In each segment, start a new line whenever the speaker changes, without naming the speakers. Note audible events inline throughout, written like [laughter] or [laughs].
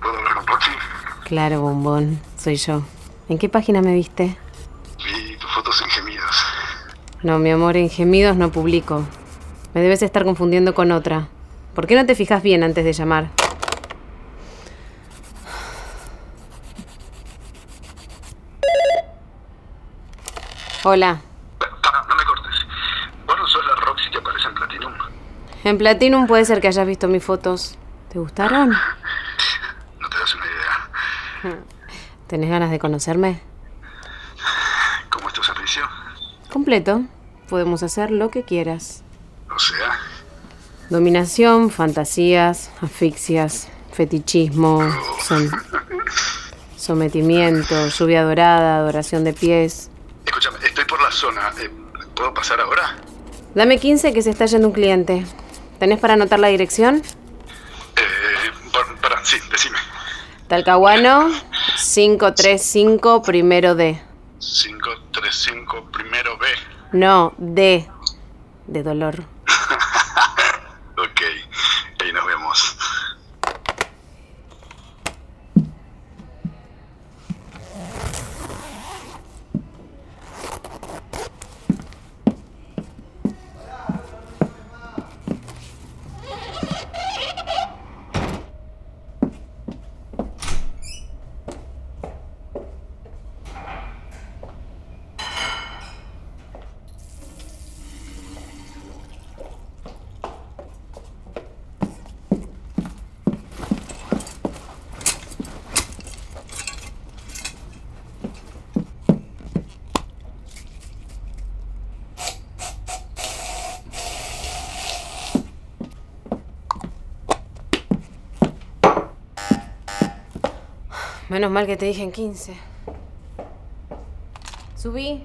¿Puedo hablar con Pochi?
Claro, bombón, soy yo. ¿En qué página me viste?
Vi tus fotos en gemidos.
No, mi amor, en gemidos no publico. Me debes estar confundiendo con otra. ¿Por qué no te fijas bien antes de llamar? Hola,
Pará, no me cortes. ¿Vos no sos la Roxy que aparece en Platinum?
en Platinum puede ser que hayas visto mis fotos. ¿Te gustaron?
No te das una idea.
¿Tenés ganas de conocerme?
¿Cómo es tu servicio?
Completo. Podemos hacer lo que quieras.
O sea,
Dominación, fantasías, asfixias, fetichismo, son- sometimiento, lluvia dorada, adoración de pies.
escúchame, estoy por la zona. Eh, ¿Puedo pasar ahora?
Dame 15 que se está yendo un cliente. ¿Tenés para anotar la dirección?
Eh, par- pará, sí, decime.
Talcahuano, 535, primero D.
535 primero B.
No, D. De dolor.
Ok, ahí nos vemos.
Menos mal que te dije en 15. Subí.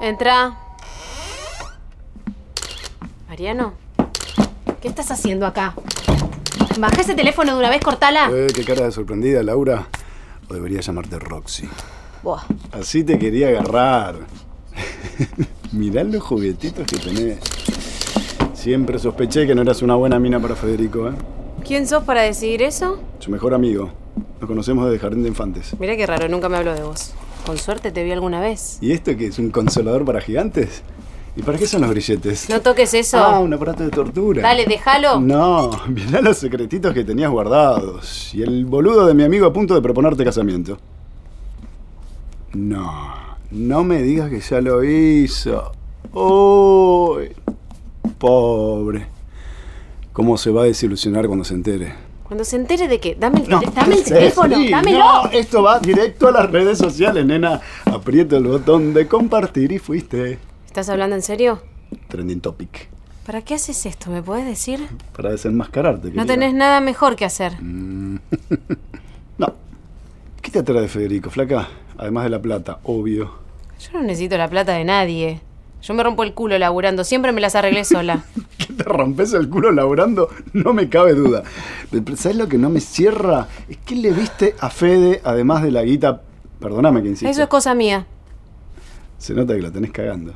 Entra. Mariano, ¿qué estás haciendo acá? Baja ese teléfono de una vez, cortala.
Eh, qué cara de sorprendida, Laura. O debería llamarte Roxy.
Buah.
Así te quería agarrar. [laughs] Mirá los juguetitos que tenés. Siempre sospeché que no eras una buena mina para Federico, ¿eh?
¿Quién sos para decidir eso?
Su mejor amigo. Nos conocemos desde Jardín de Infantes.
Mira qué raro, nunca me habló de vos. Con suerte te vi alguna vez.
¿Y esto qué es? ¿Un consolador para gigantes? ¿Y para qué son los grilletes?
No toques eso.
Ah, un aparato de tortura.
Dale, déjalo.
No, [laughs] mirá los secretitos que tenías guardados. Y el boludo de mi amigo a punto de proponerte casamiento. No, no me digas que ya lo hizo. Uy, pobre. ¿Cómo se va a desilusionar cuando se entere?
Cuando se entere de que, dame el,
No,
tele- dame el
Ceci,
teléfono, dámelo.
No, esto va directo a las redes sociales, nena. Aprieto el botón de compartir y fuiste.
¿Estás hablando en serio?
Trending topic.
¿Para qué haces esto? ¿Me puedes decir?
Para desenmascararte.
No
querida.
tenés nada mejor que hacer.
Mm. No. ¿Qué te atrae de Federico, flaca? Además de la plata, obvio. [laughs]
Yo no necesito la plata de nadie. Yo me rompo el culo laburando, siempre me las arreglé
[laughs]
sola.
¿Que te rompes el culo laburando? No me cabe duda. Pero, ¿Sabes lo que no me cierra? Es que le viste a Fede, además de la guita. Perdóname que insisto.
Eso es cosa mía.
Se nota que la tenés cagando.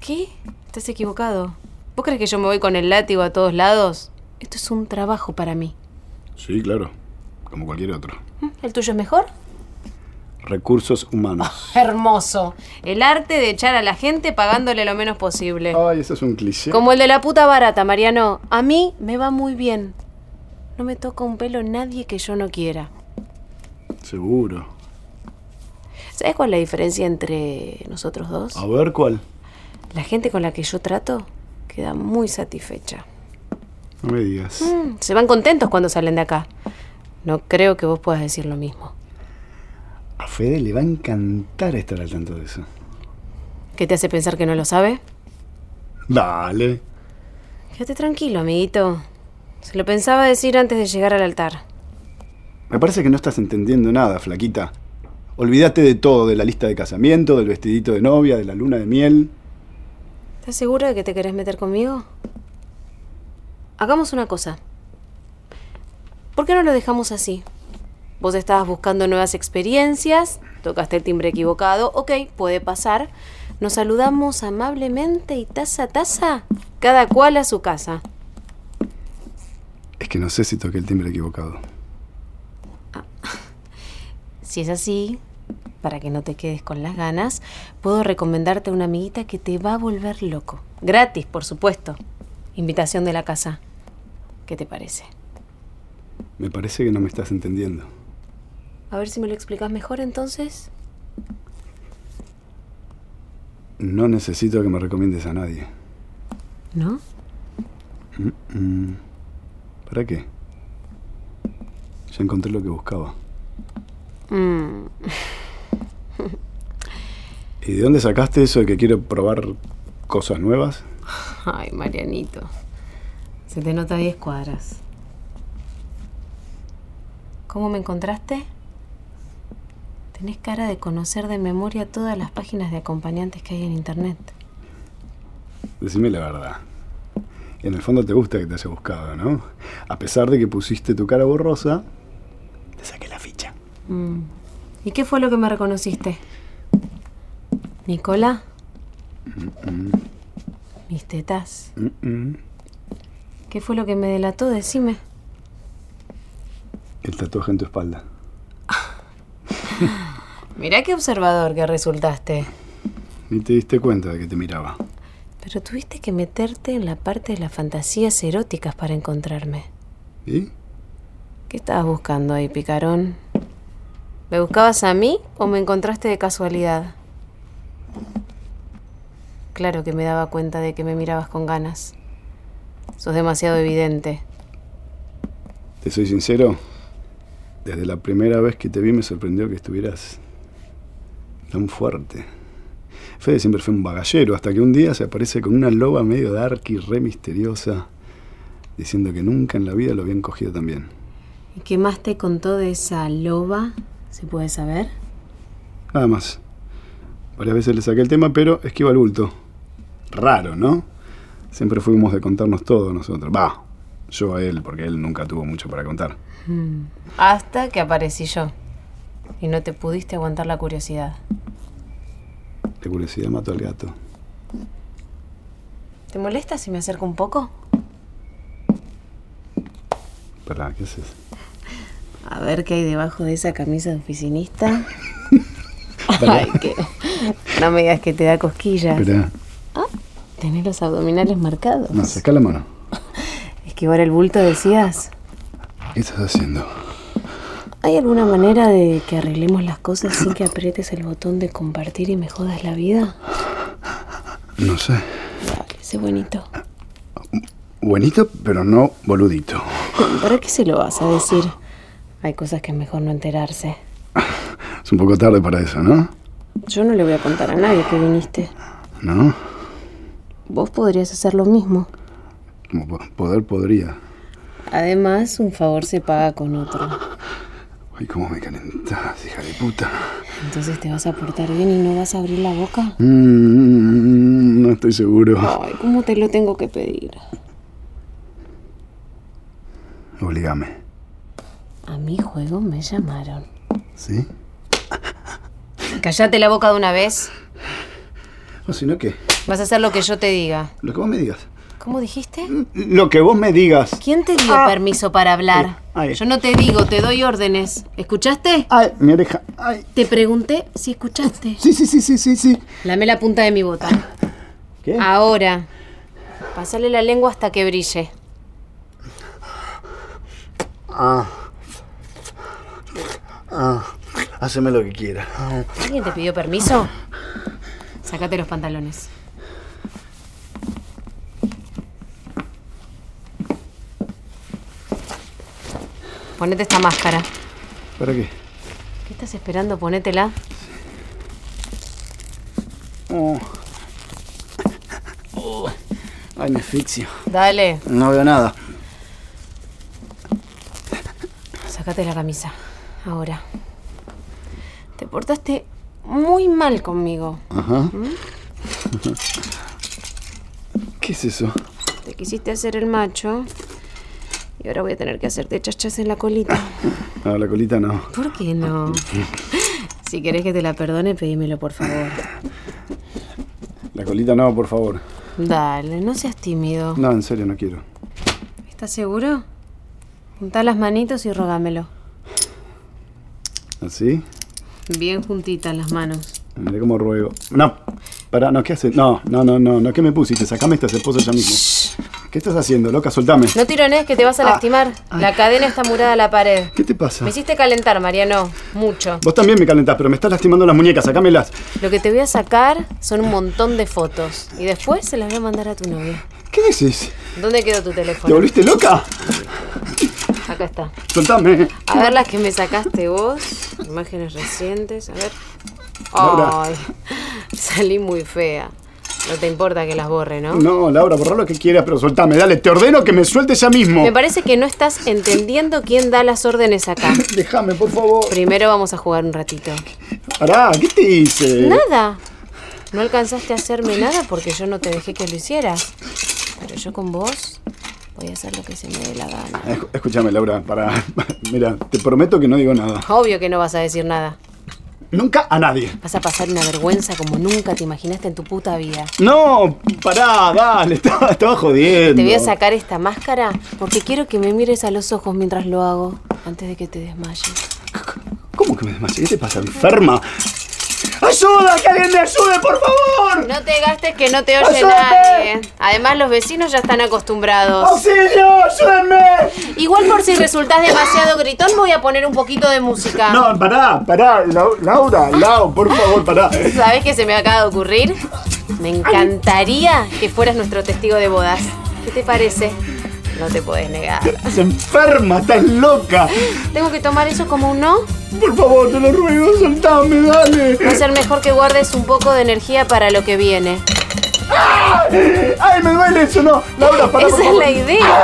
¿Qué? Estás equivocado. ¿Vos crees que yo me voy con el látigo a todos lados? Esto es un trabajo para mí.
Sí, claro. Como cualquier otro.
¿Mm? ¿El tuyo es mejor?
Recursos humanos.
Hermoso. El arte de echar a la gente pagándole lo menos posible.
Ay, eso es un cliché.
Como el de la puta barata, Mariano. A mí me va muy bien. No me toca un pelo nadie que yo no quiera.
Seguro.
¿Sabes cuál es la diferencia entre nosotros dos?
A ver cuál.
La gente con la que yo trato queda muy satisfecha.
No me digas.
Mm, Se van contentos cuando salen de acá. No creo que vos puedas decir lo mismo.
A Fede le va a encantar estar al tanto de eso.
¿Qué te hace pensar que no lo sabe?
Dale.
Quédate tranquilo, amiguito. Se lo pensaba decir antes de llegar al altar.
Me parece que no estás entendiendo nada, flaquita. Olvídate de todo, de la lista de casamiento, del vestidito de novia, de la luna de miel.
¿Estás seguro de que te querés meter conmigo? Hagamos una cosa. ¿Por qué no lo dejamos así? Vos estabas buscando nuevas experiencias, tocaste el timbre equivocado, ok, puede pasar. Nos saludamos amablemente y taza a taza, cada cual a su casa.
Es que no sé si toqué el timbre equivocado.
Si es así, para que no te quedes con las ganas, puedo recomendarte a una amiguita que te va a volver loco. Gratis, por supuesto. Invitación de la casa. ¿Qué te parece?
Me parece que no me estás entendiendo.
A ver si me lo explicas mejor entonces.
No necesito que me recomiendes a nadie.
¿No?
Mm, ¿Para qué? Ya encontré lo que buscaba.
Mm, [laughs]
¿Y de dónde sacaste eso de que quiero probar cosas nuevas?
Ay, Marianito. Se te nota 10 cuadras. ¿Cómo me encontraste? Tenés cara de conocer de memoria todas las páginas de acompañantes que hay en internet.
Decime la verdad. En el fondo te gusta que te haya buscado, ¿no? A pesar de que pusiste tu cara borrosa, te saqué la ficha.
Mm. ¿Y qué fue lo que me reconociste? ¿Nicola? Mis tetas.
Mm, mm.
¿Qué fue lo que me delató? Decime.
El tatuaje en tu espalda.
Mirá qué observador que resultaste.
Ni te diste cuenta de que te miraba.
Pero tuviste que meterte en la parte de las fantasías eróticas para encontrarme.
¿Y?
¿Qué estabas buscando ahí, picarón? ¿Me buscabas a mí o me encontraste de casualidad? Claro que me daba cuenta de que me mirabas con ganas. Sos demasiado evidente.
Te soy sincero. Desde la primera vez que te vi me sorprendió que estuvieras tan fuerte. Fede siempre fue un bagallero hasta que un día se aparece con una loba medio dark y re misteriosa, diciendo que nunca en la vida lo habían cogido tan bien.
¿Y qué más te contó de esa loba? ¿Se puede saber?
Nada más. Varias veces le saqué el tema, pero esquiva el bulto. Raro, ¿no? Siempre fuimos de contarnos todo nosotros. Va, yo a él, porque él nunca tuvo mucho para contar.
Hasta que aparecí yo. Y no te pudiste aguantar la curiosidad.
La curiosidad mató al gato.
¿Te molesta si me acerco un poco?
Pará, ¿qué haces?
A ver qué hay debajo de esa camisa de
[laughs]
oficinista.
Pará,
Ay, que... No me digas que te da cosquillas.
pará.
Tenés los abdominales marcados.
No, sacá la mano.
Esquivar el bulto, decías.
¿Qué estás haciendo?
¿Hay alguna manera de que arreglemos las cosas sin que aprietes el botón de compartir y me jodas la vida?
No sé.
Dale, sé bonito.
Buenito, pero no boludito.
¿Para qué se lo vas a decir? Hay cosas que es mejor no enterarse.
Es un poco tarde para eso, ¿no?
Yo no le voy a contar a nadie que viniste.
¿No?
Vos podrías hacer lo mismo.
Como po- poder podría.
Además, un favor se paga con otro.
Ay, cómo me calentás, hija de puta.
Entonces te vas a portar bien y no vas a abrir la boca.
Mm, no estoy seguro.
Ay, ¿cómo te lo tengo que pedir?
Obligame.
A mi juego me llamaron.
¿Sí?
Cállate la boca de una vez.
O si no, ¿qué?
Vas a hacer lo que yo te diga.
Lo que vos me digas.
¿Cómo dijiste?
Lo que vos me digas.
¿Quién te dio permiso para hablar?
Ay.
Yo no te digo, te doy órdenes. ¿Escuchaste?
Ay, mi oreja. Ay.
Te pregunté si escuchaste.
Sí, sí, sí, sí, sí, sí.
Lame la punta de mi bota.
¿Qué?
Ah. Ahora, pasale la lengua hasta que brille.
Ah. Ah. Haceme lo que quiera. Ah.
¿Alguien te pidió permiso? Sácate los pantalones. Ponete esta máscara.
¿Para qué?
¿Qué estás esperando? Ponétela.
Oh. Oh. Ay, me asfixio.
Dale,
No veo nada.
sácate la camisa. Ahora. Te portaste muy mal conmigo.
Ajá. ¿Qué es eso?
Te quisiste hacer el macho Y ahora voy a tener que hacerte chachas en la colita.
No, la colita no.
¿Por qué no? Si querés que te la perdone, pedímelo, por favor.
La colita no, por favor.
Dale, no seas tímido.
No, en serio, no quiero.
¿Estás seguro? Juntá las manitos y rogámelo.
¿Así?
Bien juntitas las manos.
Mirá cómo ruego. No, pará, no, ¿qué haces? No, no, no, no, no, ¿qué me pusiste? Sacame estas esposas ya mismo. ¿Qué estás haciendo, loca? Soltame.
No tirones que te vas a lastimar. La cadena está murada a la pared.
Ah. ¿Qué te pasa?
Me hiciste calentar, Mariano. Mucho.
Vos también me calentás, pero me estás lastimando las muñecas, sacámelas.
Lo que te voy a sacar son un montón de fotos. Y después se las voy a mandar a tu novia.
¿Qué decís?
¿Dónde quedó tu
¿Te
teléfono?
volviste loca?
Acá está.
Soltame.
A ver las que me sacaste vos. Imágenes recientes. A ver.
Laura.
Ay, salí muy fea. No te importa que las borre, ¿no?
No, Laura, borrá lo que quieras, pero soltame, dale, te ordeno que me sueltes ya mismo.
Me parece que no estás entendiendo quién da las órdenes acá.
Déjame, por favor.
Primero vamos a jugar un ratito.
Pará, ¿qué te hice?
Nada. No alcanzaste a hacerme nada porque yo no te dejé que lo hicieras. Pero yo con vos voy a hacer lo que se me dé la gana.
Escu- Escúchame, Laura, pará. [laughs] Mira, te prometo que no digo nada.
Obvio que no vas a decir nada.
Nunca a nadie.
Vas a pasar una vergüenza como nunca te imaginaste en tu puta vida.
No, pará, dale, [laughs] estaba, estaba jodiendo.
Te voy a sacar esta máscara porque quiero que me mires a los ojos mientras lo hago, antes de que te desmayes.
¿Cómo que me desmayé? ¿Qué te pasa, enferma? ¡Ayuda! ¡Que alguien me ayude, por favor!
No te gastes que no te oye
¡Cállate!
nadie. Además, los vecinos ya están acostumbrados.
¡Auxilio! ¡Ayúdenme!
Igual por si resultás demasiado gritón, voy a poner un poquito de música.
No, pará, pará, Lau- Laura, Lau, por favor, pará.
¿Sabes qué se me acaba de ocurrir? Me encantaría que fueras nuestro testigo de bodas. ¿Qué te parece? No te podés negar.
Estás enferma, estás loca.
Tengo que tomar eso como un no.
Por favor, te lo ruego, soltame, dale.
Va a ser mejor que guardes un poco de energía para lo que viene.
¡Ay, me duele eso! No, Laura, pará. por
Esa es
favor.
la idea.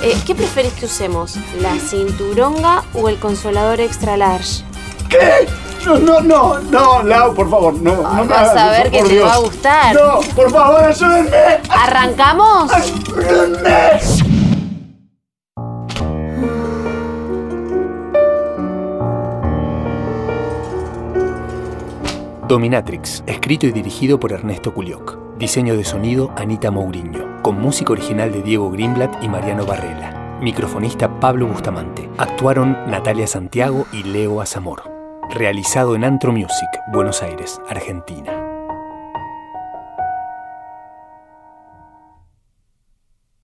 Eh, ¿Qué preferís que usemos? ¿La cinturonga o el consolador extra large?
¿Qué? No, no, no, no, Lau, por favor, no. no me
vas
hagas
a
eso,
ver que
por
te
Dios.
va a gustar.
No, por favor, ayúdenme.
¿Arrancamos?
¡Ayúdenme!
Dominatrix, escrito y dirigido por Ernesto Culioc. Diseño de sonido Anita Mourinho, con música original de Diego Grimblat y Mariano Barrella. Microfonista Pablo Bustamante. Actuaron Natalia Santiago y Leo Azamor. Realizado en Antro Music, Buenos Aires, Argentina.